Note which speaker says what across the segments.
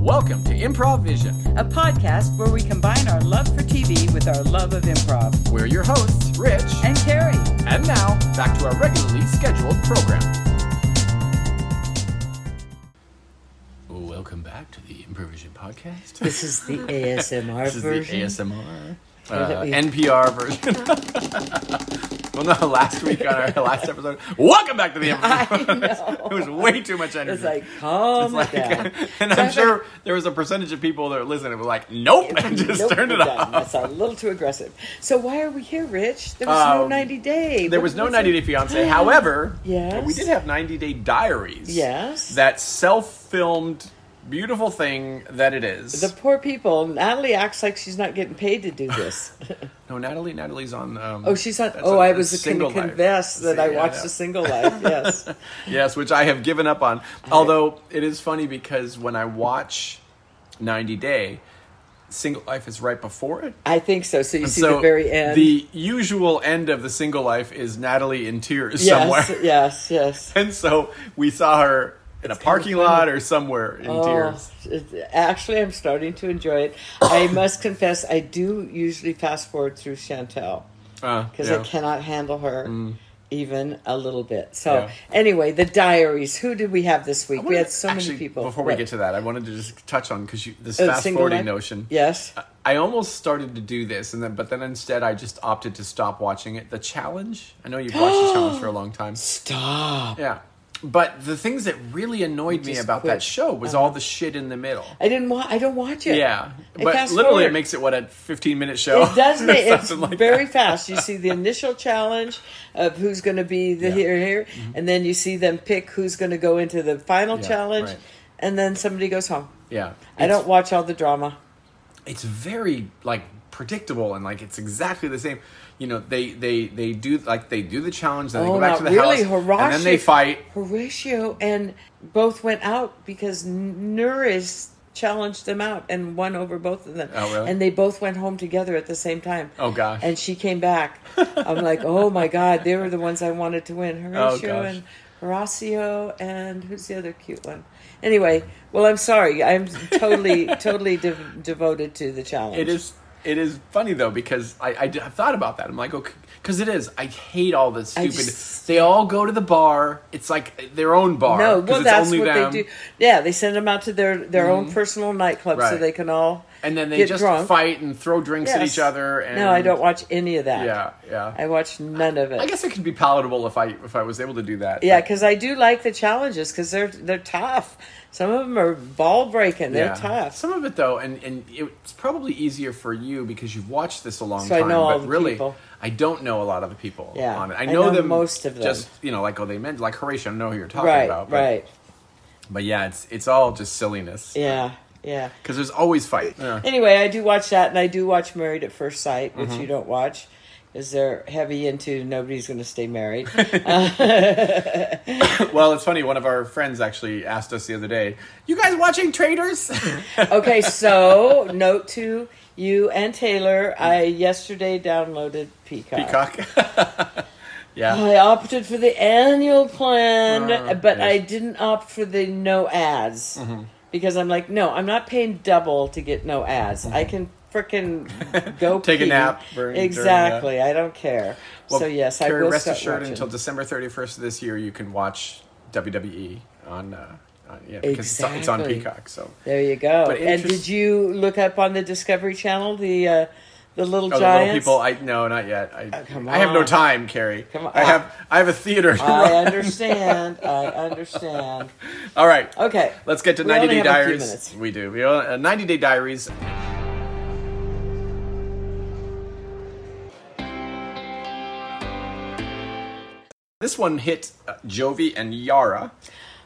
Speaker 1: Welcome to Improv Vision.
Speaker 2: a podcast where we combine our love for TV with our love of improv.
Speaker 1: We're your hosts, Rich,
Speaker 2: And Carrie,
Speaker 1: and now back to our regularly scheduled program. Welcome back to the Improvision Podcast.
Speaker 3: This is the ASMR
Speaker 1: This is
Speaker 3: version.
Speaker 1: the ASMR. Uh,
Speaker 3: we-
Speaker 1: NPR version. well, no, last week on our last episode. Welcome back to the Improvision.
Speaker 3: I know.
Speaker 1: it was way too much energy.
Speaker 3: It's like oh calm
Speaker 1: It's like-
Speaker 3: down.
Speaker 1: and I'm sure there was a percentage of people that listened and were like, nope, and just
Speaker 3: Nope,
Speaker 1: turned
Speaker 3: we're
Speaker 1: it
Speaker 3: done.
Speaker 1: off.
Speaker 3: That's a little too aggressive. So why are we here, Rich? There was no
Speaker 1: Um,
Speaker 3: ninety day.
Speaker 1: There
Speaker 3: What
Speaker 1: was no 90 Day
Speaker 3: it?
Speaker 1: Fiance. However,
Speaker 3: Yes.
Speaker 1: we did have 90 Day Diaries.
Speaker 3: Yes.
Speaker 1: That self filmed, beautiful thing that it is.
Speaker 3: The poor people. Natalie acts like she's not getting paid to do this.
Speaker 1: no, Natalie. Natalie's on. Um,
Speaker 3: oh, she's on.
Speaker 1: that's
Speaker 3: Oh,
Speaker 1: on-
Speaker 3: I
Speaker 1: that's
Speaker 3: was going to
Speaker 1: Life.
Speaker 3: confess that
Speaker 1: See,
Speaker 3: I
Speaker 1: yeah,
Speaker 3: watched
Speaker 1: yeah.
Speaker 3: a single life. Yes.
Speaker 1: Yes, which I have given up on. Although it is funny because when I watch 90 Day, Single Life is right before it.
Speaker 3: I think so. So you see
Speaker 1: so
Speaker 3: the very end.
Speaker 1: the usual end of the single life is Natalie in tears
Speaker 3: yes,
Speaker 1: somewhere.
Speaker 3: yes, yes.
Speaker 1: And so we saw her in a parking lot or somewhere in tears.
Speaker 3: it- Oh, actually, I'm starting to enjoy it. I must confess, I do usually fast forward through Chantel.
Speaker 1: Uh,
Speaker 3: because
Speaker 1: yeah. Mm.
Speaker 3: I cannot handle her even a little bit. So
Speaker 1: Yeah.
Speaker 3: anyway, the diaries. Who did we have this week?
Speaker 1: I
Speaker 3: We
Speaker 1: wanted-
Speaker 3: had so
Speaker 1: actually,
Speaker 3: many people.
Speaker 1: Before we
Speaker 3: What?
Speaker 1: get to that, I wanted to just touch on because this
Speaker 3: Oh,
Speaker 1: fast
Speaker 3: single
Speaker 1: forwarding
Speaker 3: life?
Speaker 1: notion. Uh,
Speaker 3: yes,
Speaker 1: I- I almost started to do this, and then but then instead I just opted to stop watching it. The challenge. I know you've watched the challenge for a long time.
Speaker 3: stop.
Speaker 1: Yeah, but the things that really annoyed me
Speaker 3: Just
Speaker 1: about that
Speaker 3: quit.
Speaker 1: show was all the shit in the middle.
Speaker 3: I didn't. Wa- I don't watch it.
Speaker 1: Yeah,
Speaker 3: I
Speaker 1: but
Speaker 3: fast
Speaker 1: literally it
Speaker 3: forward.
Speaker 1: makes it what a fifteen-minute show.
Speaker 3: It does make it's
Speaker 1: Something like
Speaker 3: very
Speaker 1: that.
Speaker 3: fast. You see the initial challenge of who's going to be the
Speaker 1: Yeah. Mm-hmm.
Speaker 3: here here, and then you see them pick who's going to go into the final
Speaker 1: Yeah,
Speaker 3: challenge,
Speaker 1: right.
Speaker 3: and then somebody goes home.
Speaker 1: Yeah,
Speaker 3: I don't watch all the drama.
Speaker 1: it's very like predictable and like it's exactly the same. You know, they they they do like they do the challenge, then they
Speaker 3: oh,
Speaker 1: go back
Speaker 3: not
Speaker 1: to the
Speaker 3: really.
Speaker 1: house,
Speaker 3: Horatio,
Speaker 1: and then they fight.
Speaker 3: Horatio and both went out because Nuris challenged them out and won over both of them.
Speaker 1: Oh, really?
Speaker 3: And they both went home together at the same time.
Speaker 1: Oh, gosh.
Speaker 3: And she came back. I'm like, oh my god, they were the ones I wanted to win. Horatio
Speaker 1: Oh, gosh.
Speaker 3: and Horacio and who's the other cute one? Anyway, well, I'm sorry. I'm totally, totally de- devoted to the challenge.
Speaker 1: It is it is funny though because I I, did- I thought about that. I'm like, okay, because it is. I hate all this
Speaker 3: I
Speaker 1: stupid.
Speaker 3: just-
Speaker 1: they all go to the bar. It's like their own bar.
Speaker 3: No,
Speaker 1: 'cause
Speaker 3: well,
Speaker 1: it's
Speaker 3: that's
Speaker 1: only
Speaker 3: what
Speaker 1: them. Mm-hmm.
Speaker 3: they do. Yeah, they send them out to their their own personal nightclub so
Speaker 1: Right.
Speaker 3: they can all
Speaker 1: And then they
Speaker 3: get
Speaker 1: just
Speaker 3: drunk.
Speaker 1: fight and throw drinks at
Speaker 3: Yes.
Speaker 1: each other. And
Speaker 3: no, I don't watch any of that.
Speaker 1: Yeah, yeah.
Speaker 3: I watch none of it.
Speaker 1: I guess it could be palatable if I if I was able to do that.
Speaker 3: yeah,
Speaker 1: but-
Speaker 3: because I do like the challenges because they're they're tough. Some of them are ball breaking. They're
Speaker 1: yeah.
Speaker 3: tough.
Speaker 1: Some of it though, and and it's probably easier for you because you've watched this a long
Speaker 3: So I
Speaker 1: time.
Speaker 3: know all
Speaker 1: but
Speaker 3: the
Speaker 1: really,
Speaker 3: people.
Speaker 1: I don't know a lot of the people
Speaker 3: Yeah,
Speaker 1: on it. I
Speaker 3: I
Speaker 1: know,
Speaker 3: know
Speaker 1: them
Speaker 3: most of them.
Speaker 1: Just you know, like oh, they meant like Horatio. I know who you're talking
Speaker 3: right,
Speaker 1: about. But,
Speaker 3: right.
Speaker 1: But yeah, it's it's all just silliness
Speaker 3: Yeah, yeah.
Speaker 1: because there's always fight.
Speaker 3: Anyway, I do watch that, and I do watch Married at First Sight,
Speaker 1: Mm-hmm.
Speaker 3: which you don't watch. Is they're heavy into nobody's going to stay married?
Speaker 1: Well, it's funny. One of our friends actually asked us the other day, "You guys watching Traders?"
Speaker 3: okay, so note to you and Taylor. I yesterday downloaded
Speaker 1: Peacock. yeah.
Speaker 3: I opted for the annual plan,
Speaker 1: Ah,
Speaker 3: but
Speaker 1: yes. Mm-hmm.
Speaker 3: I didn't opt for the no ads because I'm like, no, I'm not paying double to get no ads. I can frickin' go
Speaker 1: Mm-hmm. Take a
Speaker 3: pee.
Speaker 1: nap during- during,
Speaker 3: exactly. I don't care.
Speaker 1: Well,
Speaker 3: so yes, I
Speaker 1: Carrie,
Speaker 3: will
Speaker 1: rest
Speaker 3: start
Speaker 1: assured
Speaker 3: watching.
Speaker 1: until December 31st of this year, you can watch WWE on. Uh, on yeah, because it's on- it's, on
Speaker 3: Exactly.
Speaker 1: Peacock. So.
Speaker 3: there you go.
Speaker 1: But
Speaker 3: and
Speaker 1: interest-
Speaker 3: did you look up on the Discovery Channel the uh,
Speaker 1: Oh, the
Speaker 3: the little
Speaker 1: little
Speaker 3: giants? Oh,
Speaker 1: people! I no, not yet. I,
Speaker 3: come
Speaker 1: I have no
Speaker 3: on.
Speaker 1: time, Carrie.
Speaker 3: Come on.
Speaker 1: I have I have a theater. to
Speaker 3: I
Speaker 1: run.
Speaker 3: understand. I understand.
Speaker 1: All right.
Speaker 3: Okay.
Speaker 1: Let's get to
Speaker 3: We
Speaker 1: 90
Speaker 3: only
Speaker 1: Day
Speaker 3: have a few
Speaker 1: Diaries.
Speaker 3: minutes.
Speaker 1: We do. We only, uh, 90 Day Diaries. This one hit uh, Jovi and Yara,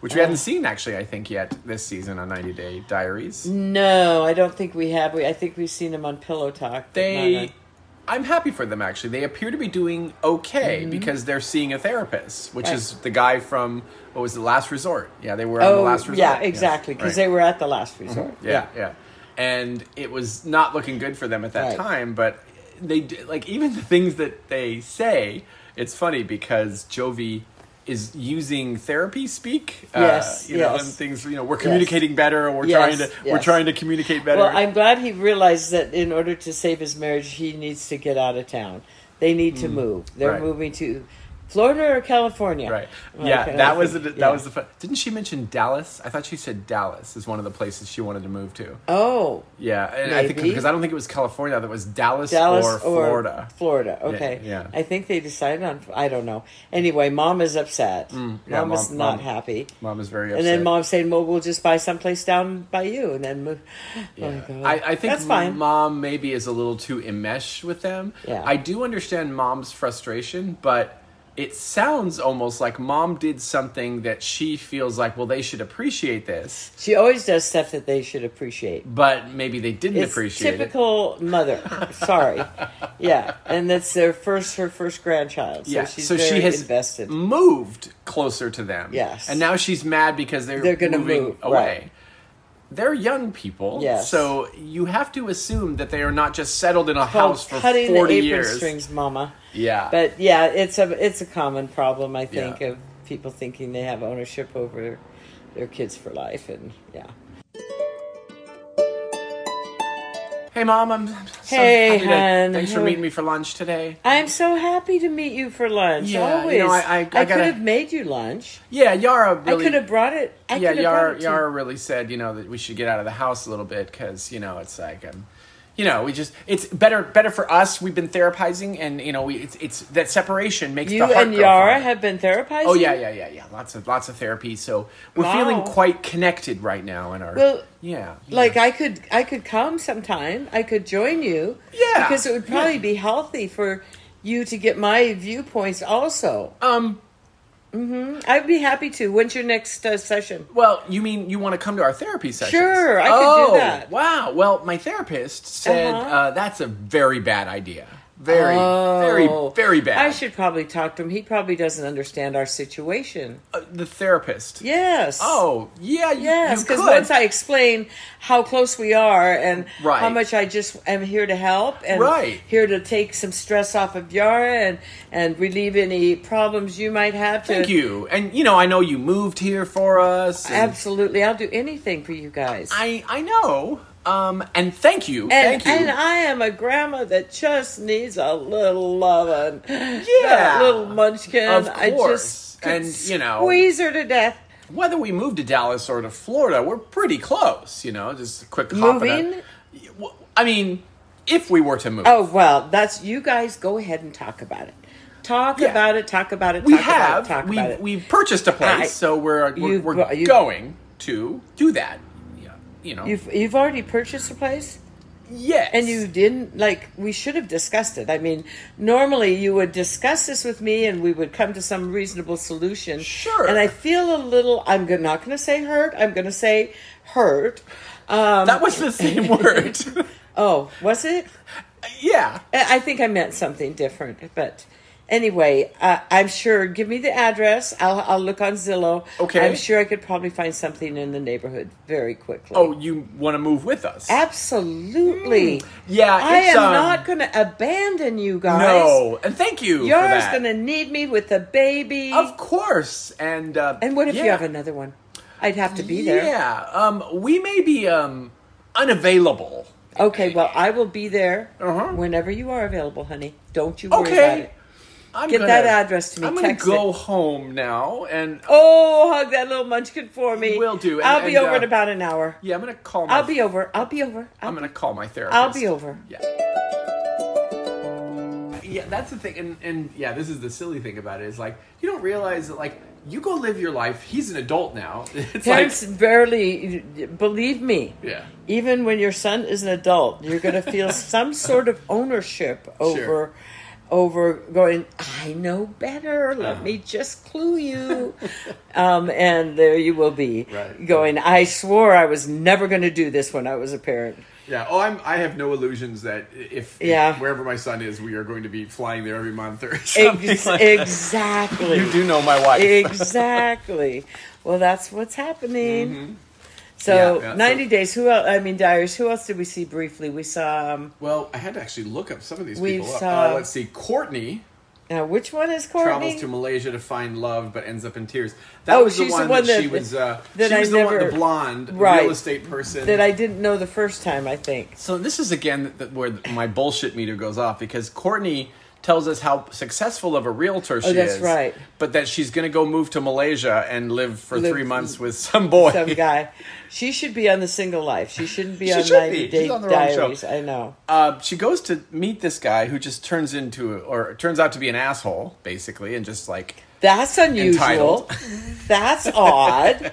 Speaker 1: which
Speaker 3: Oh.
Speaker 1: we hadn't seen actually, I think, yet this season on 90 Day Diaries.
Speaker 3: No, I don't think we have. We I think we've seen them on Pillow Talk. but not
Speaker 1: They.
Speaker 3: on-
Speaker 1: I'm happy for them actually. They appear to be doing okay because they're seeing a therapist, which
Speaker 3: Mm-hmm. Right.
Speaker 1: is the guy from what was the Last Resort. Yeah, they were on the
Speaker 3: Oh,
Speaker 1: Last Resort.
Speaker 3: yeah, exactly. Because
Speaker 1: they were.
Speaker 3: they were at the last resort.
Speaker 1: Yeah, yeah, And it was not looking good for them at that
Speaker 3: Right.
Speaker 1: time, but they d- like even the things that they say. It's funny because Jovi is using therapy speak.
Speaker 3: Yes,
Speaker 1: uh, you know,
Speaker 3: yes.
Speaker 1: and things. You know, we're communicating better, or we're
Speaker 3: Yes,
Speaker 1: trying to we're
Speaker 3: yes.
Speaker 1: trying to communicate better.
Speaker 3: Well, I'm glad he realized that in order to save his marriage, he needs to get out of town. They need to move. They're
Speaker 1: Mm. right.
Speaker 3: moving to Florida or California.
Speaker 1: Right.
Speaker 3: Well,
Speaker 1: yeah,
Speaker 3: okay,
Speaker 1: that
Speaker 3: I
Speaker 1: was the,
Speaker 3: think-
Speaker 1: that
Speaker 3: yeah.
Speaker 1: was the. Fun. Didn't she mention Dallas? I thought she said Dallas is one of the places she wanted to move to.
Speaker 3: Oh,
Speaker 1: Yeah, and I think
Speaker 3: Maybe.
Speaker 1: because I don't think it was California. That was Dallas,
Speaker 3: Dallas
Speaker 1: or Florida.
Speaker 3: Florida. Okay.
Speaker 1: yeah.
Speaker 3: I think they decided on. I don't know. Anyway, mom is upset.
Speaker 1: Mm, yeah,
Speaker 3: mom, is
Speaker 1: Mom-
Speaker 3: not
Speaker 1: Mom-
Speaker 3: happy.
Speaker 1: Mom is very upset.
Speaker 3: And then mom saying, "Well, we'll just buy someplace down by you," and then move. Oh my God.
Speaker 1: I, I think
Speaker 3: that's fine.
Speaker 1: mom maybe is a little too enmeshed with them.
Speaker 3: Yeah.
Speaker 1: I do understand mom's frustration, but it sounds almost like mom did something that she feels like, well, they should appreciate this,
Speaker 3: she always does stuff that they should appreciate.
Speaker 1: but maybe they didn't
Speaker 3: It's
Speaker 1: appreciate it.
Speaker 3: typical mother. Sorry, yeah, and that's their first her first grandchild. So
Speaker 1: Yeah,
Speaker 3: she's
Speaker 1: so
Speaker 3: very
Speaker 1: she has
Speaker 3: invested.
Speaker 1: moved closer to them.
Speaker 3: Yes.
Speaker 1: and now she's mad because they're
Speaker 3: They're gonna
Speaker 1: moving
Speaker 3: move,
Speaker 1: away.
Speaker 3: right.
Speaker 1: They're young people,
Speaker 3: Yes.
Speaker 1: so you have to assume that they are not just settled in a house for
Speaker 3: Cutting the
Speaker 1: forty
Speaker 3: apron
Speaker 1: years.
Speaker 3: strings, mama.
Speaker 1: Yeah,
Speaker 3: But yeah, it's a it's a common problem I think
Speaker 1: Yeah.
Speaker 3: of people thinking they have ownership over their kids for life, and yeah.
Speaker 1: Hey, mom. I'm so happy
Speaker 3: Hey,
Speaker 1: to-
Speaker 3: hun.
Speaker 1: Thanks for meeting me for lunch today.
Speaker 3: I'm so happy to meet you for lunch.
Speaker 1: Yeah,
Speaker 3: Always,
Speaker 1: you know, I- I- I
Speaker 3: could
Speaker 1: gotta-
Speaker 3: have made you lunch.
Speaker 1: Yeah, Yara really.
Speaker 3: I could have brought it. I
Speaker 1: yeah,
Speaker 3: could have brought
Speaker 1: Yara.
Speaker 3: it to-
Speaker 1: Yara really said, you know, that we should get out of the house a little bit because you know it's like, um, you know, we just it's better better for us. We've been therapizing, and you know, we it's it's that separation makes
Speaker 3: You
Speaker 1: the heart
Speaker 3: and
Speaker 1: grow
Speaker 3: Yara
Speaker 1: fonder.
Speaker 3: have been therapizing.
Speaker 1: Oh yeah, yeah, yeah, yeah. Lots of lots of therapy. So we're
Speaker 3: Wow.
Speaker 1: feeling quite connected right now in our.
Speaker 3: Well,
Speaker 1: yeah, yeah.
Speaker 3: Like I could, I could come sometime. I could join you.
Speaker 1: Yeah.
Speaker 3: because it would probably be healthy for you to get my viewpoints. Also, Mm-hmm.
Speaker 1: um.
Speaker 3: I'd be happy to. When's your next uh, session?
Speaker 1: Well, you mean you want to come to our therapy session?
Speaker 3: Sure, I could do that.
Speaker 1: Wow. Well, my therapist said uh
Speaker 3: Uh-huh.
Speaker 1: that's a very bad idea. Very,
Speaker 3: Oh.
Speaker 1: very, very bad.
Speaker 3: I should probably talk to him. He probably doesn't understand our situation.
Speaker 1: Uh, the therapist.
Speaker 3: Yes.
Speaker 1: Oh, yeah. You,
Speaker 3: Yes,
Speaker 1: you
Speaker 3: because
Speaker 1: could.
Speaker 3: once I explain how close we are and
Speaker 1: Right.
Speaker 3: how much I just am here to help and
Speaker 1: Right.
Speaker 3: here to take some stress off of Yara and, and relieve any problems you might have. To,
Speaker 1: Thank you. And you know, I know you moved here for us. and
Speaker 3: Absolutely, I'll do anything for you guys.
Speaker 1: I I know. Um, and thank you.
Speaker 3: and,
Speaker 1: thank you.
Speaker 3: and I am a grandma that just needs a little loving. Yeah,
Speaker 1: Yeah.
Speaker 3: little munchkin.
Speaker 1: Of
Speaker 3: I
Speaker 1: course.
Speaker 3: just could
Speaker 1: And, you know-
Speaker 3: squeeze her to death.
Speaker 1: Whether we move to Dallas or to Florida, we're pretty close. You know, just a quick hop and
Speaker 3: Moving?
Speaker 1: a- Well, I mean, if we were to move.
Speaker 3: Oh well, that's you guys. Go ahead and talk about it. Talk
Speaker 1: Yeah.
Speaker 3: about it. Talk about it.
Speaker 1: we
Speaker 3: talk
Speaker 1: have
Speaker 3: About it, talk
Speaker 1: we've,
Speaker 3: about it.
Speaker 1: we've purchased a place
Speaker 3: I-
Speaker 1: so we're we're,
Speaker 3: You've
Speaker 1: we're
Speaker 3: bro- you-
Speaker 1: going to do that Yeah, you know
Speaker 3: You've you've already purchased a place,
Speaker 1: yes
Speaker 3: and you didn't like. We should have discussed it. I mean, normally you would discuss this with me, and we would come to some reasonable solution.
Speaker 1: Sure.
Speaker 3: And I feel a little. I'm go- not going to say hurt. I'm going to say hurt. Um,
Speaker 1: that was the same word
Speaker 3: oh, was it?
Speaker 1: yeah
Speaker 3: I I think I meant something different, but anyway, uh, I'm sure. Give me the address. I'll I'll look on Zillow.
Speaker 1: Okay.
Speaker 3: I'm sure I could probably find something in the neighborhood very quickly.
Speaker 1: oh Hmm. you want to move with us
Speaker 3: absolutely.
Speaker 1: yeah
Speaker 3: I
Speaker 1: it's,
Speaker 3: am
Speaker 1: um,
Speaker 3: not going to abandon you guys.
Speaker 1: no and thank you for
Speaker 3: Yara's
Speaker 1: that.
Speaker 3: going to need me with the baby.
Speaker 1: of course and uh,
Speaker 3: and what if you
Speaker 1: yeah.
Speaker 3: have another one? I'd have to be there.
Speaker 1: yeah um we may be um unavailable
Speaker 3: Okay, well, I will be there
Speaker 1: Uh-huh.
Speaker 3: whenever you are available, honey. Don't you worry about
Speaker 1: okay
Speaker 3: it.
Speaker 1: I'm
Speaker 3: Get
Speaker 1: gonna-
Speaker 3: that address to me.
Speaker 1: I'm gonna
Speaker 3: Text
Speaker 1: go
Speaker 3: it.
Speaker 1: home now and
Speaker 3: Oh, hug that little munchkin for me.
Speaker 1: Will do, and-
Speaker 3: I'll be
Speaker 1: and,
Speaker 3: over
Speaker 1: uh,
Speaker 3: in about an hour.
Speaker 1: yeah I'm gonna call my
Speaker 3: I'll be over. I'll be over. I'll
Speaker 1: I'm gonna call my therapist.
Speaker 3: I'll be over.
Speaker 1: Yeah. Yeah, that's the thing, and and yeah, this is the silly thing about it is like you don't realize that like you go live your life. He's an adult now. It's
Speaker 3: Parents
Speaker 1: like
Speaker 3: barely believe me.
Speaker 1: yeah,
Speaker 3: Even when your son is an adult, you're going to feel some sort of ownership over,
Speaker 1: Sure.
Speaker 3: over going. I know better. Let
Speaker 1: Uh-huh.
Speaker 3: me just clue you, um, and there you will be
Speaker 1: Right.
Speaker 3: going. I swore I was never going to do this when I was a parent.
Speaker 1: yeah. Oh, I'm I have no illusions that if
Speaker 3: Yeah.
Speaker 1: wherever my son is, we are going to be flying there every month or something.
Speaker 3: Ex-
Speaker 1: like that.
Speaker 3: exactly.
Speaker 1: You do know my wife.
Speaker 3: exactly. Well, that's what's happening. So
Speaker 1: Mm-hmm. Yeah, yeah,
Speaker 3: ninety
Speaker 1: so-
Speaker 3: days. Who else? I mean, Diaries. Who else did we see briefly? We saw. Um,
Speaker 1: Well, I had to actually look up some of these
Speaker 3: We've
Speaker 1: people. up.
Speaker 3: saw-
Speaker 1: Uh, let's see, Courtney.
Speaker 3: Now, which one is Courtney?
Speaker 1: travels to Malaysia to find love, but ends up in tears. That
Speaker 3: Oh,
Speaker 1: was the
Speaker 3: she's
Speaker 1: one,
Speaker 3: the one
Speaker 1: that, she
Speaker 3: that-
Speaker 1: was. Uh,
Speaker 3: that
Speaker 1: she
Speaker 3: I
Speaker 1: was the one,
Speaker 3: never-
Speaker 1: the blonde
Speaker 3: Right.
Speaker 1: real estate person.
Speaker 3: that I didn't know the first time. I think.
Speaker 1: So this is again th- th- where my bullshit meter goes off because Courtney tells us how successful of a realtor she
Speaker 3: Oh, that's
Speaker 1: is,
Speaker 3: right.
Speaker 1: But that she's going to go move to Malaysia and live for
Speaker 3: Live
Speaker 1: three months with some boy.
Speaker 3: Some guy. She should be on the single life. She shouldn't be
Speaker 1: She
Speaker 3: on
Speaker 1: should be.
Speaker 3: 90
Speaker 1: She's
Speaker 3: Day
Speaker 1: on the wrong show.
Speaker 3: Diaries. I know.
Speaker 1: Uh, she goes to meet this guy who just turns into a, or turns out to be an asshole basically, and just like
Speaker 3: That's unusual.
Speaker 1: Entitled.
Speaker 3: That's odd.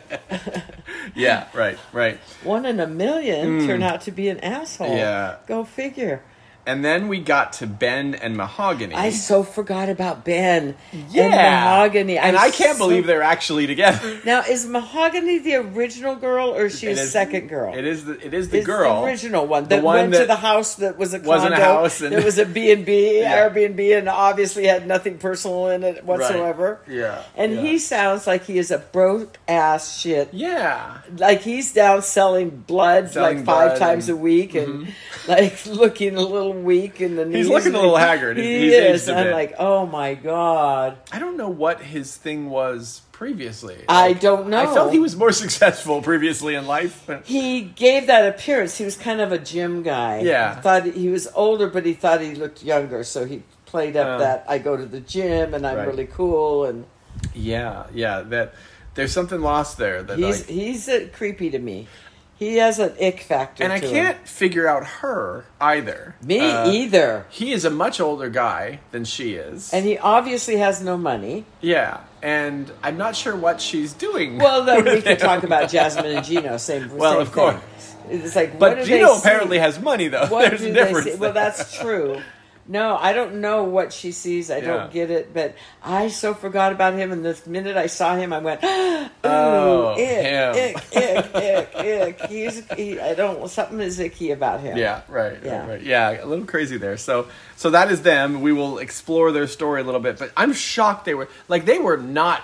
Speaker 1: yeah, right, right.
Speaker 3: One in a million turn out to be an asshole.
Speaker 1: Hmm. Yeah.
Speaker 3: Go figure.
Speaker 1: And then we got to Ben and Mahogany.
Speaker 3: I so forgot about Ben
Speaker 1: yeah,
Speaker 3: and Mahogany.
Speaker 1: and I can't
Speaker 3: so-
Speaker 1: believe they're actually together.
Speaker 3: Now, is Mahogany the original girl or is she
Speaker 1: It
Speaker 3: a
Speaker 1: is-
Speaker 3: second girl?
Speaker 1: It is the it is the
Speaker 3: It's
Speaker 1: girl
Speaker 3: the original one
Speaker 1: The
Speaker 3: that
Speaker 1: one
Speaker 3: went
Speaker 1: that-
Speaker 3: to the house that was a condo,
Speaker 1: Wasn't a house and-
Speaker 3: that was a B and B,
Speaker 1: Yeah.
Speaker 3: Airbnb, and obviously had nothing personal in it whatsoever.
Speaker 1: Yeah,
Speaker 3: and
Speaker 1: yeah.
Speaker 3: he sounds like he is a broke ass shit.
Speaker 1: Yeah.
Speaker 3: Like he's down selling blood
Speaker 1: Selling
Speaker 3: like
Speaker 1: blood
Speaker 3: five times
Speaker 1: and- Mm-hmm.
Speaker 3: a week, and like looking a little weak in the knees.
Speaker 1: He's looking a little haggard.
Speaker 3: He
Speaker 1: He's aged
Speaker 3: is.
Speaker 1: a
Speaker 3: I'm
Speaker 1: bit.
Speaker 3: like, oh my god.
Speaker 1: I don't know what his thing was previously.
Speaker 3: I
Speaker 1: Like,
Speaker 3: don't know.
Speaker 1: I felt he was more successful previously in life. But
Speaker 3: he gave that appearance. He was kind of a gym guy.
Speaker 1: Yeah.
Speaker 3: He thought he was older, but he thought he looked younger. So he played up
Speaker 1: Yeah.
Speaker 3: that I go to the gym and I'm
Speaker 1: Oh. Right.
Speaker 3: really cool. And
Speaker 1: yeah, yeah, that there's something lost there that
Speaker 3: he's
Speaker 1: like,
Speaker 3: he's uh creepy to me. He has an ick factor.
Speaker 1: and I
Speaker 3: to him.
Speaker 1: can't figure out her either.
Speaker 3: Me
Speaker 1: Uh,
Speaker 3: either.
Speaker 1: He is a much older guy than she is.
Speaker 3: And he obviously has no money.
Speaker 1: yeah, and I'm not sure what she's doing.
Speaker 3: Well, then we
Speaker 1: with
Speaker 3: could
Speaker 1: him.
Speaker 3: talk about Jasmine and Gino. Same.
Speaker 1: Well,
Speaker 3: same
Speaker 1: of course.
Speaker 3: thing. It's like, what
Speaker 1: But
Speaker 3: do
Speaker 1: Gino
Speaker 3: they
Speaker 1: apparently
Speaker 3: see?
Speaker 1: has money though.
Speaker 3: What
Speaker 1: there's
Speaker 3: do
Speaker 1: a
Speaker 3: they
Speaker 1: difference.
Speaker 3: see? Well,
Speaker 1: there.
Speaker 3: that's true. No, I don't know what she sees. I
Speaker 1: Yeah.
Speaker 3: don't get it. But I so forgot about him. And the minute I saw him, I went, "Ooh,
Speaker 1: Oh,
Speaker 3: ick,
Speaker 1: him.
Speaker 3: ick, ick, ick, ick." He's, he, I don't. Something is icky about him.
Speaker 1: Yeah, right, yeah.
Speaker 3: Yeah.
Speaker 1: right. Yeah, a little crazy there. So so that is them. We will explore their story a little bit, but I'm shocked they were like they were not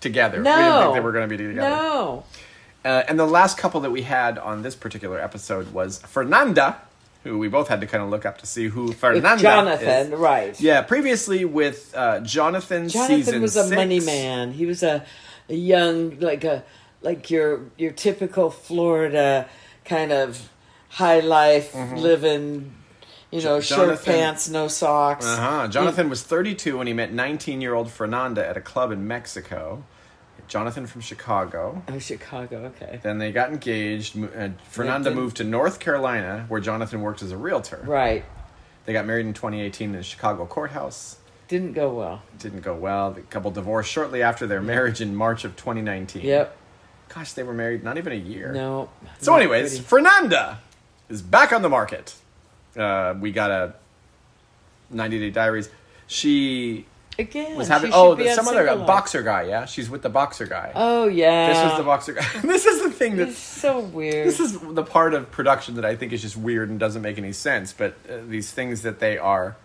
Speaker 1: together.
Speaker 3: No,
Speaker 1: We didn't think they were going to be together.
Speaker 3: No,
Speaker 1: Uh, and the last couple that we had on this particular episode was Fernanda, who we both had to kind of look up to see who
Speaker 3: with
Speaker 1: Fernanda
Speaker 3: Jonathan,
Speaker 1: is.
Speaker 3: right?
Speaker 1: Yeah, previously with uh, Jonathan,
Speaker 3: Jonathan
Speaker 1: season
Speaker 3: was a
Speaker 1: six.
Speaker 3: money man. He was a, a young, like a, like your your typical Florida kind of high life living, you know, short
Speaker 1: Mm-hmm. Jonathan-
Speaker 3: pants, no socks.
Speaker 1: Uh-huh. Jonathan was 32 when he met 19-year-old Fernanda at a club in Mexico. Jonathan from Chicago.
Speaker 3: Oh, Chicago. Okay.
Speaker 1: Then they got engaged. Mo- Uh, Fernanda
Speaker 3: They did.
Speaker 1: moved to North Carolina, where Jonathan worked as a realtor.
Speaker 3: Right.
Speaker 1: They got married in 2018 in a Chicago courthouse.
Speaker 3: Didn't go well.
Speaker 1: Didn't go well. The couple divorced shortly after their marriage in March of 2019.
Speaker 3: Yep.
Speaker 1: Gosh, they were married not even a year.
Speaker 3: No.
Speaker 1: So,
Speaker 3: Not
Speaker 1: anyways,
Speaker 3: pretty.
Speaker 1: Fernanda is back on the market. Uh, we got a 90 Day Diaries. She
Speaker 3: again,
Speaker 1: was
Speaker 3: she
Speaker 1: having
Speaker 3: should
Speaker 1: oh
Speaker 3: be on
Speaker 1: some other a
Speaker 3: Single Life.
Speaker 1: boxer guy. Yeah, she's with the boxer guy.
Speaker 3: Oh yeah.
Speaker 1: this was the boxer guy. this is the thing that
Speaker 3: It's so weird.
Speaker 1: This is the part of production that I think is just weird and doesn't make any sense. But uh, these things that they are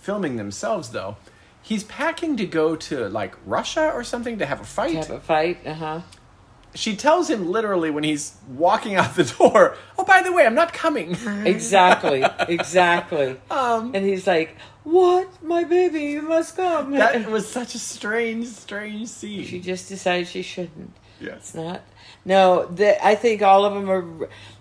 Speaker 1: filming themselves, though, he's packing to go to like Russia or something to have a fight.
Speaker 3: have a fight. Uh huh.
Speaker 1: She tells him literally when he's walking out the door, "Oh, by the way, I'm not coming."
Speaker 3: Exactly. Exactly.
Speaker 1: Um,
Speaker 3: and he's like, "What, my baby? You must come."
Speaker 1: that was such a strange, strange scene.
Speaker 3: She just decided she shouldn't.
Speaker 1: yes.
Speaker 3: It's not. No, the, I think all of them are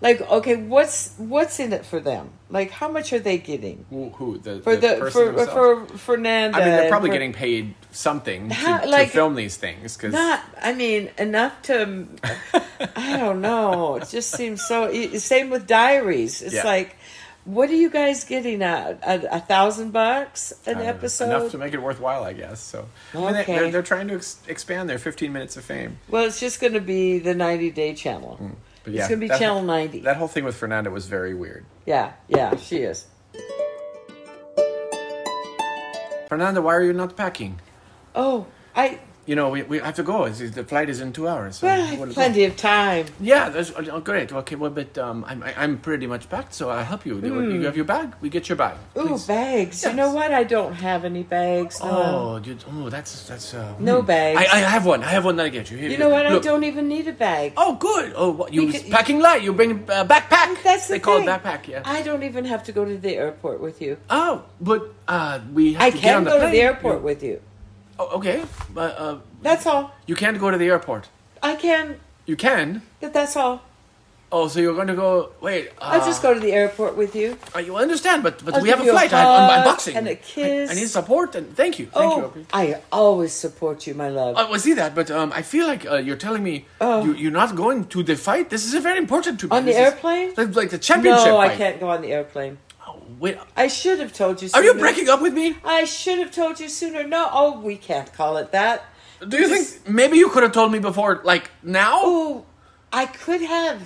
Speaker 3: like, okay, what's what's in it for them? Like, how much are they getting
Speaker 1: Who, who, the,
Speaker 3: for
Speaker 1: the
Speaker 3: the,
Speaker 1: person
Speaker 3: for
Speaker 1: himself?
Speaker 3: for Fernanda?
Speaker 1: I mean, they're
Speaker 3: and
Speaker 1: probably
Speaker 3: for-
Speaker 1: getting paid something to,
Speaker 3: How-
Speaker 1: to
Speaker 3: like-
Speaker 1: film these things because
Speaker 3: not. I mean, enough to. I don't know. It just seems so. e- Same with diaries. It's
Speaker 1: Yeah.
Speaker 3: like, what are you guys getting at? A, a thousand bucks an
Speaker 1: I don't know.
Speaker 3: episode?
Speaker 1: enough to make it worthwhile, I guess. So I mean, they-
Speaker 3: Okay.
Speaker 1: they're, they're trying to ex- expand their 15 minutes of fame.
Speaker 3: Well, it's just going to be the 90 day channel.
Speaker 1: But
Speaker 3: it's going to be
Speaker 1: that-
Speaker 3: channel 90.
Speaker 1: That whole thing with Fernanda was very weird.
Speaker 3: yeah, yeah, she is.
Speaker 1: Fernanda, why are you not packing?
Speaker 3: Oh, I
Speaker 1: you know, we, we have to go. It's, the flight is in two hours. So
Speaker 3: Well, I
Speaker 1: we'll
Speaker 3: have
Speaker 1: go."
Speaker 3: plenty of time.
Speaker 1: Yeah, that's oh, great. Okay, well, but um, I'm I- I'm pretty much packed, so I'll help you. You have your bag. We get your bag.
Speaker 3: Hmm. Ooh,
Speaker 1: please.
Speaker 3: bags. You
Speaker 1: Yes.
Speaker 3: know what? I don't have any bags. No.
Speaker 1: Oh, you, oh, that's that's. Uh,
Speaker 3: No
Speaker 1: hmm.
Speaker 3: bags.
Speaker 1: I, I have one. I have one that I get you. Here,
Speaker 3: You know what?
Speaker 1: Look.
Speaker 3: I don't even need a bag.
Speaker 1: Oh, good. Oh, what, you
Speaker 3: Because-
Speaker 1: packing light. You bring a backpack.
Speaker 3: That's the
Speaker 1: they call it
Speaker 3: thing.
Speaker 1: backpack. Yeah.
Speaker 3: I don't even have to go to the airport with you.
Speaker 1: oh, but uh, we have
Speaker 3: I
Speaker 1: to get on
Speaker 3: can
Speaker 1: the
Speaker 3: go to
Speaker 1: plane.
Speaker 3: the airport
Speaker 1: You-
Speaker 3: with you.
Speaker 1: oh, okay, but uh,
Speaker 3: That's all.
Speaker 1: you can't go to the airport.
Speaker 3: I can.
Speaker 1: You can.
Speaker 3: but That's all.
Speaker 1: Oh, so you're going to go? Wait. Uh,
Speaker 3: I'll just go to the airport with you.
Speaker 1: Uh, you understand, but but
Speaker 3: I'll
Speaker 1: we have a
Speaker 3: give you a
Speaker 1: flight. I, I'm
Speaker 3: hug
Speaker 1: unboxing
Speaker 3: and a
Speaker 1: I-
Speaker 3: kiss.
Speaker 1: I, need support and thank you. Thank you.
Speaker 3: Oh,
Speaker 1: Opie.
Speaker 3: I always support you, my love.
Speaker 1: I I see that, but um, I feel like uh, you're telling me
Speaker 3: Oh.
Speaker 1: you, you're not going to the fight. This is a very important to me.
Speaker 3: On the
Speaker 1: This is
Speaker 3: airplane?
Speaker 1: like, like the championship.
Speaker 3: No, I
Speaker 1: fight.
Speaker 3: can't go on the airplane.
Speaker 1: Oh, wait,
Speaker 3: I should have told you.
Speaker 1: are
Speaker 3: Sooner.
Speaker 1: you breaking up with me?
Speaker 3: I should have told you sooner. No, oh, we can't call it that.
Speaker 1: Do you think maybe you could have told me before, like now?
Speaker 3: Oh, I could have.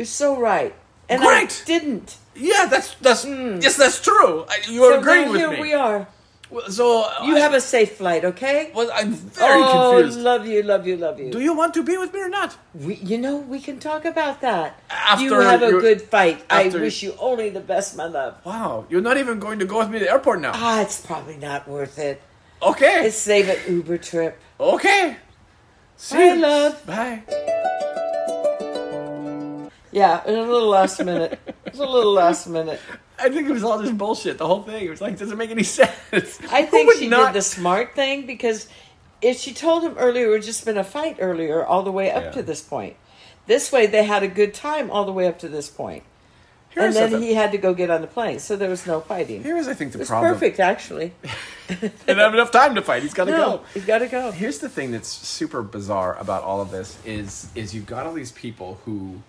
Speaker 3: You're so right, and
Speaker 1: Great.
Speaker 3: I didn't.
Speaker 1: Yeah, that's that's yes, that's true. I, you're
Speaker 3: Hmm. so
Speaker 1: agreeing
Speaker 3: now
Speaker 1: with
Speaker 3: here
Speaker 1: me.
Speaker 3: we are.
Speaker 1: Well, So uh,
Speaker 3: You
Speaker 1: I,
Speaker 3: have a safe flight, okay?
Speaker 1: Well, I'm very
Speaker 3: oh,
Speaker 1: confused.
Speaker 3: love you, love you, love you.
Speaker 1: Do you want to be with me or not?
Speaker 3: we, you know, we can talk about that. you
Speaker 1: After
Speaker 3: have a
Speaker 1: your-
Speaker 3: good fight.
Speaker 1: after-
Speaker 3: I wish you only the best, my love.
Speaker 1: Wow, you're not even going to go with me to the airport now.
Speaker 3: Ah, it's probably not worth it.
Speaker 1: okay.
Speaker 3: Let's save an Uber trip.
Speaker 1: Okay. See
Speaker 3: Bye,
Speaker 1: you.
Speaker 3: love.
Speaker 1: Bye.
Speaker 3: Yeah, in a little last minute. It's a little last minute.
Speaker 1: I think it was all just bullshit. The whole thing. It was like doesn't make any sense.
Speaker 3: I
Speaker 1: Who
Speaker 3: think
Speaker 1: would
Speaker 3: she
Speaker 1: not-
Speaker 3: did the smart thing because if she told him earlier, it would just been a fight earlier all the way up
Speaker 1: Yeah.
Speaker 3: to this point. This way, they had a good time all the way up to this point.
Speaker 1: Here's
Speaker 3: and
Speaker 1: the-
Speaker 3: then he had to go get on the plane, so there was no fighting. It
Speaker 1: Here's I think the
Speaker 3: was
Speaker 1: problem.
Speaker 3: perfect, actually.
Speaker 1: They didn't have enough time to fight. He's got to
Speaker 3: No,
Speaker 1: go.
Speaker 3: he's got to go.
Speaker 1: Here's the thing that's super bizarre about all of this is is you've got all these people who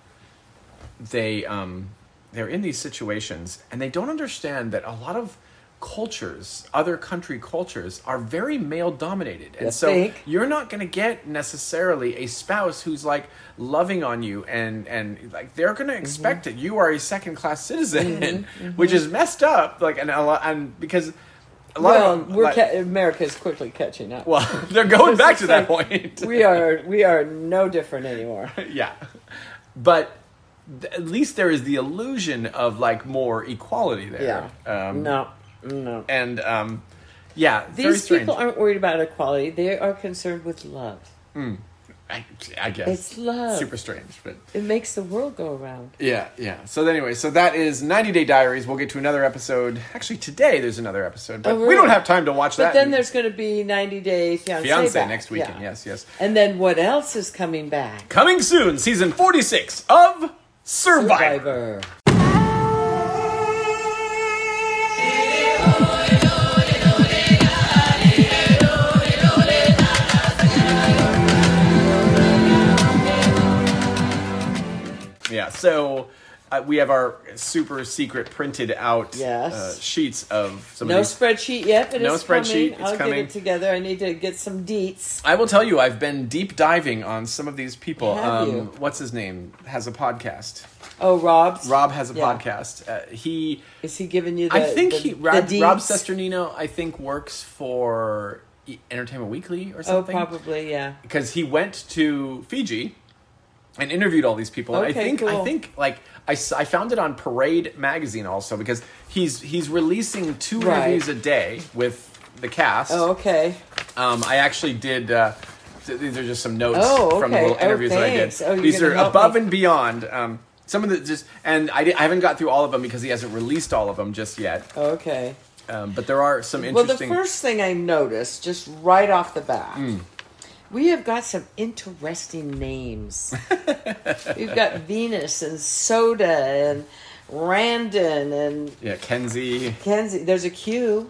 Speaker 1: they um they're in these situations and they don't understand that a lot of cultures, other country cultures are very male dominated. And
Speaker 3: Yes,
Speaker 1: so
Speaker 3: big.
Speaker 1: you're not going to get necessarily a spouse who's like loving on you and and like they're going to
Speaker 3: Mm-hmm.
Speaker 1: expect it. You are a second class citizen, which is messed up like and a lot and because a lot
Speaker 3: Well,
Speaker 1: of
Speaker 3: we're
Speaker 1: like-
Speaker 3: ca- America is quickly catching up.
Speaker 1: well, they're going back to that
Speaker 3: Like,
Speaker 1: point.
Speaker 3: we are we are no different anymore.
Speaker 1: yeah. But th- at least there is the illusion of like more equality
Speaker 3: Yeah.
Speaker 1: there. Um,
Speaker 3: no. No.
Speaker 1: And um, yeah, very
Speaker 3: These
Speaker 1: strange.
Speaker 3: people aren't worried about equality. They are concerned with love.
Speaker 1: I, I guess
Speaker 3: It's love.
Speaker 1: Super strange, but
Speaker 3: It makes the world go around.
Speaker 1: yeah, yeah. So anyway, so that is 90 Day Diaries. We'll get to another episode. Actually, today there's another episode, but
Speaker 3: Oh,
Speaker 1: we
Speaker 3: really?
Speaker 1: don't have time to watch that.
Speaker 3: But then
Speaker 1: in
Speaker 3: there's going to be 90 Day Fiancé,
Speaker 1: Fiance
Speaker 3: back.
Speaker 1: next weekend.
Speaker 3: Yeah.
Speaker 1: Yes, yes.
Speaker 3: And then what else is coming back?
Speaker 1: Coming soon, season 46 of Survivor.
Speaker 3: Survivor.
Speaker 1: Yeah. So uh, we have our super secret printed out
Speaker 3: Yes.
Speaker 1: uh, sheets of some
Speaker 3: No
Speaker 1: of these.
Speaker 3: spreadsheet yet, but
Speaker 1: No
Speaker 3: it's
Speaker 1: spreadsheet,
Speaker 3: coming.
Speaker 1: it's
Speaker 3: I'll
Speaker 1: coming.
Speaker 3: get it together. I need to get some deets.
Speaker 1: I will tell you, I've been deep diving on some of these people. Um,
Speaker 3: Have you?
Speaker 1: What's his name? Has a podcast.
Speaker 3: Oh, Rob's.
Speaker 1: Rob has a
Speaker 3: Yeah.
Speaker 1: podcast. Uh, he,
Speaker 3: Is he giving you the
Speaker 1: I think
Speaker 3: the,
Speaker 1: he,
Speaker 3: the
Speaker 1: Rob,
Speaker 3: deets?
Speaker 1: Rob Sesternino, I think works for E- Entertainment Weekly or
Speaker 3: Oh,
Speaker 1: something.
Speaker 3: probably, yeah.
Speaker 1: because he went to Fiji and interviewed all these people. and I
Speaker 3: Okay,
Speaker 1: think I
Speaker 3: cool.
Speaker 1: think like I, s- I found it on Parade magazine also because he's he's releasing two
Speaker 3: Right.
Speaker 1: interviews a day with the cast.
Speaker 3: Oh, okay.
Speaker 1: Um, I actually did. Uh, th- these are just some notes
Speaker 3: Oh,
Speaker 1: from the
Speaker 3: okay.
Speaker 1: little
Speaker 3: Oh,
Speaker 1: interviews that I did.
Speaker 3: thanks. Oh, you're
Speaker 1: these
Speaker 3: gonna
Speaker 1: are
Speaker 3: help
Speaker 1: above
Speaker 3: me.
Speaker 1: and beyond. Um, some of the just and I, di- I haven't got through all of them because he hasn't released all of them just yet.
Speaker 3: Okay.
Speaker 1: Um, but there are some
Speaker 3: Well, the
Speaker 1: interesting. Hmm.
Speaker 3: first thing I noticed, just right off the bat, we have got some interesting names. We've got Venus and Soda and Randon and
Speaker 1: yeah, Kenzie.
Speaker 3: Kenzie. There's a Q.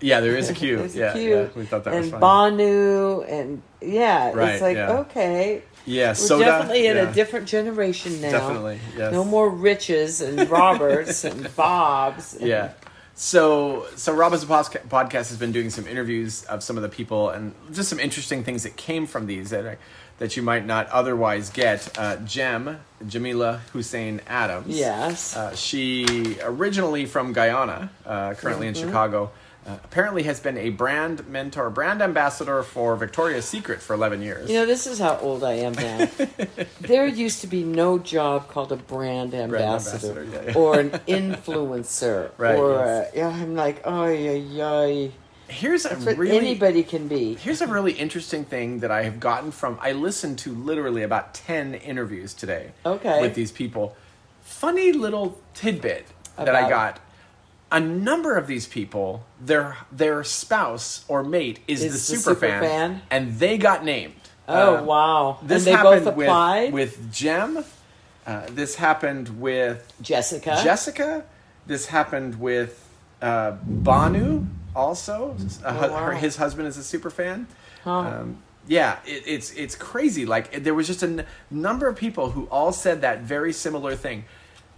Speaker 1: Yeah, there is a Q.
Speaker 3: There's
Speaker 1: yeah,
Speaker 3: a Q.
Speaker 1: yeah, we thought that
Speaker 3: and
Speaker 1: was fun.
Speaker 3: Bonu and yeah,
Speaker 1: Right,
Speaker 3: it's like
Speaker 1: yeah.
Speaker 3: okay.
Speaker 1: yeah,
Speaker 3: We're
Speaker 1: soda.
Speaker 3: definitely in
Speaker 1: yeah.
Speaker 3: a different generation now.
Speaker 1: Definitely, yes.
Speaker 3: No more Riches and Roberts and Bobs. and-
Speaker 1: Yeah. So so Robin's Posca- podcast has been doing some interviews of some of the people and just some interesting things that came from these that are, that you might not otherwise get. Uh, Jem Jamila Hussein Adams.
Speaker 3: Yes. Mm-hmm.
Speaker 1: Uh, she originally from Guyana, uh, currently in Chicago. uh, apparently has been a brand mentor, brand ambassador for Victoria's Secret for 11 years.
Speaker 3: You know, this is how old I am now. there used to be no job called a brand ambassador,
Speaker 1: ambassador, yeah, yeah.
Speaker 3: or an influencer.
Speaker 1: Right,
Speaker 3: Or
Speaker 1: yes.
Speaker 3: uh, yeah, I'm like, oh yeah, yeah.
Speaker 1: here's a
Speaker 3: But
Speaker 1: really
Speaker 3: anybody can be.
Speaker 1: Here's a really interesting thing that I have gotten from. I listened to literally about 10 interviews today.
Speaker 3: Okay.
Speaker 1: With these people. Funny little tidbit that I
Speaker 3: About-
Speaker 1: got. A number of these people, their their spouse or mate is,
Speaker 3: Is
Speaker 1: the,
Speaker 3: the
Speaker 1: super, fan,
Speaker 3: superfan?
Speaker 1: and they got named.
Speaker 3: Oh
Speaker 1: Uh,
Speaker 3: wow!
Speaker 1: This
Speaker 3: and they
Speaker 1: happened
Speaker 3: both applied.
Speaker 1: with with Jem. Uh, this happened with
Speaker 3: Jessica.
Speaker 1: Jessica. This happened with uh, Banu also. Uh,
Speaker 3: Oh, wow.
Speaker 1: her, his husband is a super fan.
Speaker 3: Huh.
Speaker 1: Um, yeah, it, it's it's crazy. Like it- there was just a n- number of people who all said that very similar thing.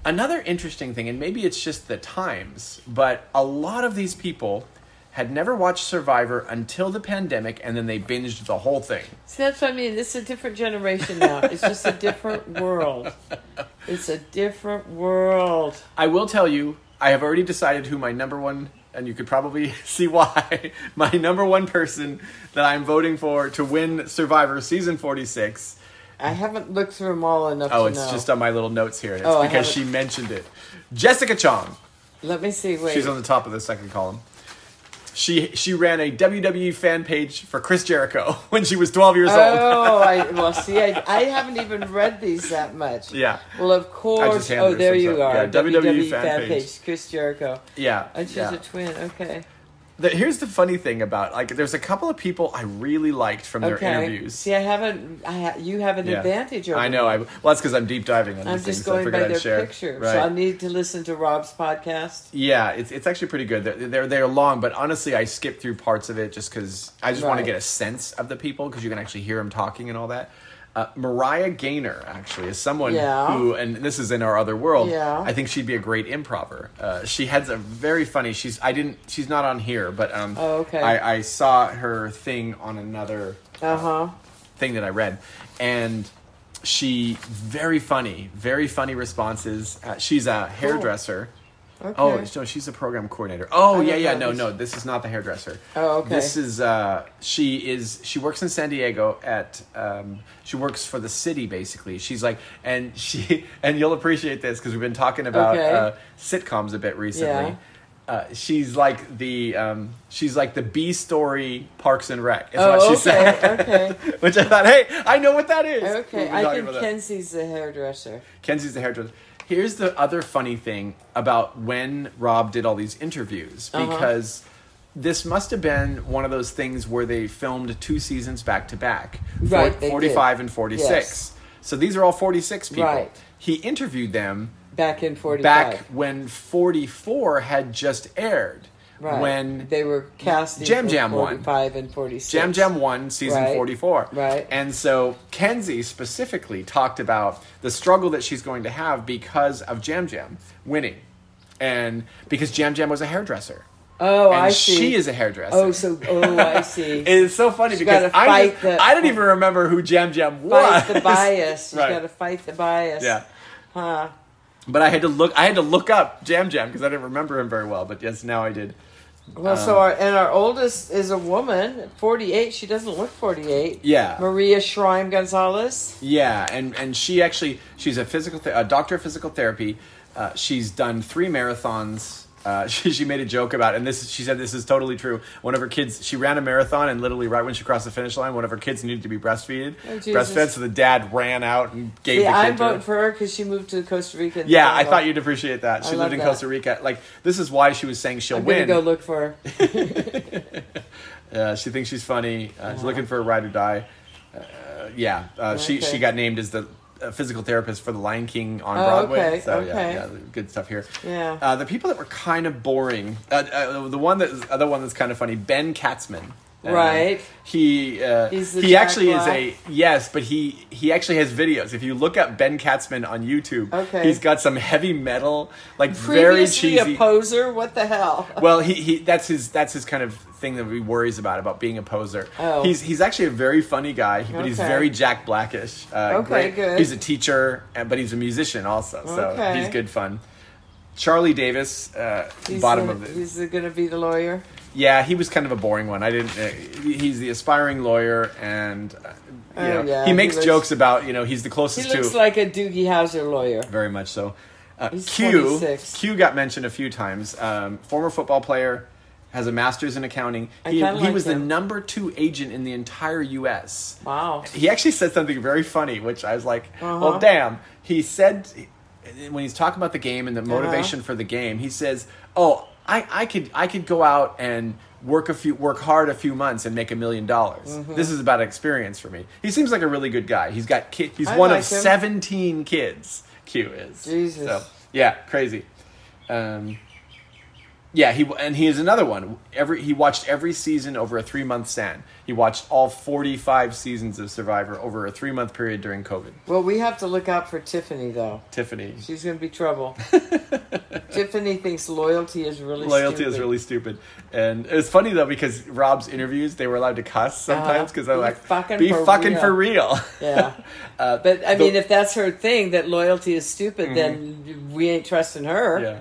Speaker 1: Another interesting thing, and maybe it's just the times, but a lot of these people had never watched Survivor until the pandemic, and then they binged the whole thing.
Speaker 3: See, that's what I mean. This is a different generation now. It's just a different world. It's a different world.
Speaker 1: I will tell you, I have already decided who my number one, and you could probably see why, my number one person that I'm voting for to win Survivor Season 46.
Speaker 3: I haven't looked through them all enough.
Speaker 1: Oh,
Speaker 3: to
Speaker 1: it's
Speaker 3: know.
Speaker 1: just on my little notes here, and it's
Speaker 3: Oh, I
Speaker 1: because
Speaker 3: have
Speaker 1: she
Speaker 3: it.
Speaker 1: mentioned it. Jessica Chong.
Speaker 3: Let me see. Wait.
Speaker 1: She's on the top of the second column. She she ran a WWE fan page for Chris Jericho when she was 12 years old.
Speaker 3: Oh, I well see. I, I haven't even read these that much.
Speaker 1: Yeah.
Speaker 3: Well, of course.
Speaker 1: handed
Speaker 3: Oh,
Speaker 1: her
Speaker 3: there
Speaker 1: some
Speaker 3: you
Speaker 1: stuff.
Speaker 3: are.
Speaker 1: Yeah, WWE fan
Speaker 3: fan
Speaker 1: page.
Speaker 3: page. Chris Jericho.
Speaker 1: Yeah.
Speaker 3: Oh, she's
Speaker 1: yeah.
Speaker 3: a twin. Okay.
Speaker 1: The- here's the funny thing about like there's a couple of people I really liked from their
Speaker 3: okay.
Speaker 1: interviews.
Speaker 3: See, I haven't. I ha- you have an
Speaker 1: Yeah.
Speaker 3: advantage over.
Speaker 1: I know.
Speaker 3: me.
Speaker 1: I, well, that's because I'm deep diving on
Speaker 3: I'm
Speaker 1: these
Speaker 3: just
Speaker 1: things. so I
Speaker 3: going
Speaker 1: figured
Speaker 3: by
Speaker 1: I'd
Speaker 3: their
Speaker 1: share.
Speaker 3: picture,
Speaker 1: Right.
Speaker 3: so I need to listen to Rob's podcast.
Speaker 1: yeah, it's it's actually pretty good. They're they're, they're long, but honestly, I skip through parts of it just because I just want to
Speaker 3: Right.
Speaker 1: get a sense of the people because you can actually hear them talking and all that. Uh, Mariah Gaynor actually is someone
Speaker 3: Yeah.
Speaker 1: who, and this is in our other world.
Speaker 3: Yeah.
Speaker 1: I think she'd be a great improver. Uh, she has a very funny. She's I didn't. She's not on here, but um.
Speaker 3: Oh, okay.
Speaker 1: I, I saw her thing on another
Speaker 3: Uh huh.
Speaker 1: thing that I read, and she very funny, very funny responses. Uh, she's a hairdresser.
Speaker 3: Okay.
Speaker 1: Oh no, she's a program coordinator. Oh
Speaker 3: I
Speaker 1: yeah,
Speaker 3: don't
Speaker 1: yeah,
Speaker 3: know
Speaker 1: no,
Speaker 3: who's-
Speaker 1: no, this is not the hairdresser.
Speaker 3: Oh, okay.
Speaker 1: This is uh, she is she works in San Diego at um, she works for the city basically. She's like and she and you'll appreciate this because we've been talking about
Speaker 3: Okay.
Speaker 1: uh, sitcoms a bit recently.
Speaker 3: Yeah.
Speaker 1: Uh, she's like the um, she's like the B story Parks and Rec. Is what she
Speaker 3: oh, okay.
Speaker 1: said.
Speaker 3: okay.
Speaker 1: Which I thought, hey, I know what that is. We've
Speaker 3: Okay.
Speaker 1: been
Speaker 3: I
Speaker 1: talking
Speaker 3: think
Speaker 1: about that.
Speaker 3: Kenzie's the hairdresser.
Speaker 1: Kenzie's the hairdresser. Here's the other funny thing about when Rob did all these interviews
Speaker 3: Uh-huh.
Speaker 1: because this must have been one of those things where they filmed two seasons back to back, for-
Speaker 3: Right, they did.
Speaker 1: 45 and 46.
Speaker 3: Yes.
Speaker 1: So these are all 46 people.
Speaker 3: Right.
Speaker 1: He interviewed them
Speaker 3: Back in forty.
Speaker 1: back when 44 had just aired.
Speaker 3: Right.
Speaker 1: When
Speaker 3: they were casting
Speaker 1: Jam
Speaker 3: for
Speaker 1: Jam won.
Speaker 3: 45 and 46.
Speaker 1: Jam Jam 1, season
Speaker 3: Right.
Speaker 1: 44.
Speaker 3: Right.
Speaker 1: And so Kenzie specifically talked about the struggle that she's going to have because of Jam Jam winning. And because Jam Jam was a hairdresser.
Speaker 3: Oh,
Speaker 1: and
Speaker 3: I see.
Speaker 1: she is a hairdresser.
Speaker 3: Oh, so oh, I see.
Speaker 1: it's so funny because
Speaker 3: gotta
Speaker 1: I,
Speaker 3: fight
Speaker 1: just,
Speaker 3: the-
Speaker 1: I didn't even remember who Jam Jam was.
Speaker 3: fight the bias. You
Speaker 1: Right.
Speaker 3: got to fight the bias.
Speaker 1: Yeah.
Speaker 3: Huh.
Speaker 1: But I had to look I had to look up Jam Jam because I didn't remember him very well, but yes, now I did.
Speaker 3: Well, so
Speaker 1: Um,
Speaker 3: our and our oldest is a woman, forty eight. She doesn't look forty eight.
Speaker 1: Yeah.
Speaker 3: Maria Shrine Gonzalez.
Speaker 1: Yeah, and and she actually she's a physical th- a doctor of physical therapy. Uh, she's done three marathons. Uh, she, she made a joke about, and this she said this is totally true. One of her kids, she ran a marathon, and literally right when she crossed the finish line, one of her kids needed to be breastfeeded.
Speaker 3: Oh, Jesus.
Speaker 1: breastfed, so the dad ran out and gave
Speaker 3: Yeah,
Speaker 1: the kid.
Speaker 3: I'm
Speaker 1: to her.
Speaker 3: voting for her because she moved to Costa Rica. and
Speaker 1: yeah, I
Speaker 3: Canada.
Speaker 1: thought you'd appreciate that. She
Speaker 3: I
Speaker 1: lived
Speaker 3: love
Speaker 1: in
Speaker 3: that.
Speaker 1: Costa Rica. Like this is why she was saying she'll
Speaker 3: I'm
Speaker 1: win.
Speaker 3: gonna go look for her.
Speaker 1: Uh, she thinks she's funny. Uh, She's looking for a ride or die. Uh, yeah, uh, she
Speaker 3: Okay.
Speaker 1: she got named as the uh, physical therapist for The Lion King on
Speaker 3: Oh,
Speaker 1: Broadway.
Speaker 3: okay,
Speaker 1: So
Speaker 3: okay.
Speaker 1: yeah, yeah, good stuff here.
Speaker 3: Yeah.
Speaker 1: Uh, the people that were kind of boring. Uh, uh, the one that other one that's kind of funny. Ben Katzman. Uh,
Speaker 3: Right.
Speaker 1: he uh,
Speaker 3: He's the
Speaker 1: he
Speaker 3: Jack
Speaker 1: actually
Speaker 3: Black.
Speaker 1: is a yes, but he he actually has videos. If you look up Ben Katzman on YouTube,
Speaker 3: Okay.
Speaker 1: he's got some heavy metal, like very
Speaker 3: Previously
Speaker 1: cheesy
Speaker 3: a poser. What the hell?
Speaker 1: well, he, he that's his that's his kind of thing that he worries about about being a poser.
Speaker 3: Oh.
Speaker 1: He's he's actually a very funny guy, but he's
Speaker 3: Okay.
Speaker 1: very Jack Blackish. Uh,
Speaker 3: Okay, good.
Speaker 1: He's a teacher, uh, but he's a musician also, so
Speaker 3: Okay.
Speaker 1: he's good fun. Charlie Davis, uh,
Speaker 3: He's
Speaker 1: bottom
Speaker 3: the-
Speaker 1: of it.
Speaker 3: He's the- gonna be the lawyer.
Speaker 1: Yeah, he was kind of a boring one. I didn't. Uh, he's the aspiring lawyer, and uh, you know,
Speaker 3: Oh, yeah,
Speaker 1: he
Speaker 3: he
Speaker 1: makes
Speaker 3: looks-
Speaker 1: jokes about you know he's the
Speaker 3: He
Speaker 1: closest to
Speaker 3: looks like a Doogie Howser lawyer.
Speaker 1: very much so. Uh,
Speaker 3: He's
Speaker 1: Q
Speaker 3: 26.
Speaker 1: Q got mentioned a few times. Um, former football player, has a master's in accounting.
Speaker 3: I
Speaker 1: He, he
Speaker 3: kinda like
Speaker 1: was the
Speaker 3: him.
Speaker 1: number two agent in the entire U.S.
Speaker 3: Wow.
Speaker 1: He actually said something very funny, which I was like,
Speaker 3: Uh-huh.
Speaker 1: "Well, damn." He said when he's talking about the game
Speaker 3: Uh-huh.
Speaker 1: and the motivation for the game, he says, "Oh, I, I could I could go out and work a few work hard a few months and make a million dollars.
Speaker 3: Mm-hmm.
Speaker 1: This is about experience for me." He seems like a really good guy. He's got kid. He's
Speaker 3: I
Speaker 1: one of
Speaker 3: like him.
Speaker 1: seventeen kids. Q is
Speaker 3: Jesus.
Speaker 1: yeah, crazy. Um, yeah, he and he is another one. Every he watched every season over a three month stand. He watched all forty five seasons of Survivor over a three month period during COVID.
Speaker 3: Well, we have to look out for Tiffany, though.
Speaker 1: Tiffany,
Speaker 3: She's going to be trouble. Tiffany thinks loyalty is really
Speaker 1: loyalty
Speaker 3: stupid.
Speaker 1: is really stupid, and it's funny though because Rob's interviews they were allowed to cuss sometimes because they're
Speaker 3: Uh-huh. Be
Speaker 1: like
Speaker 3: fucking
Speaker 1: be
Speaker 3: for
Speaker 1: fucking
Speaker 3: real."
Speaker 1: for real.
Speaker 3: Yeah.
Speaker 1: uh,
Speaker 3: But I
Speaker 1: the-
Speaker 3: mean, if that's her thing, that loyalty is stupid, then we ain't trusting her.
Speaker 1: Mm-hmm. Yeah.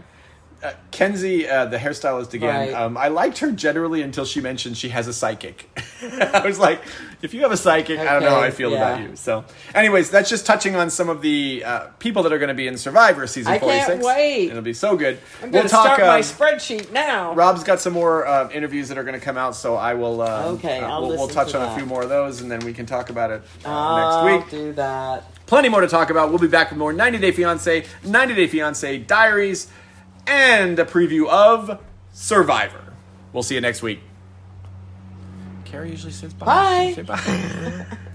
Speaker 1: Uh, Kenzie, uh, the hairstylist again.
Speaker 3: Right.
Speaker 1: Um, I liked her generally until she mentioned she has a psychic. I was like, if you have a psychic, I don't know how
Speaker 3: Okay,
Speaker 1: I feel
Speaker 3: yeah.
Speaker 1: about you. So, anyways, that's just touching on some of the uh, people that are going to be in Survivor season
Speaker 3: I can't
Speaker 1: 46.
Speaker 3: wait.
Speaker 1: It'll be so good.
Speaker 3: I'm going to start my
Speaker 1: um,
Speaker 3: spreadsheet now.
Speaker 1: Rob's got some more uh, interviews that are going to come out, so I will. Um,
Speaker 3: Okay,
Speaker 1: uh,
Speaker 3: I'll
Speaker 1: we'll, we'll
Speaker 3: listen
Speaker 1: touch
Speaker 3: to
Speaker 1: on a
Speaker 3: that.
Speaker 1: few more of those, and then we can talk about it uh,
Speaker 3: I'll
Speaker 1: next week.
Speaker 3: do that.
Speaker 1: Plenty more to talk about. We'll be back with more 90 Day Fiancé, 90 Day Fiancé Diaries, and a preview of Survivor. We'll see you next week. Carrie usually says bye.
Speaker 3: Bye.
Speaker 1: She said bye.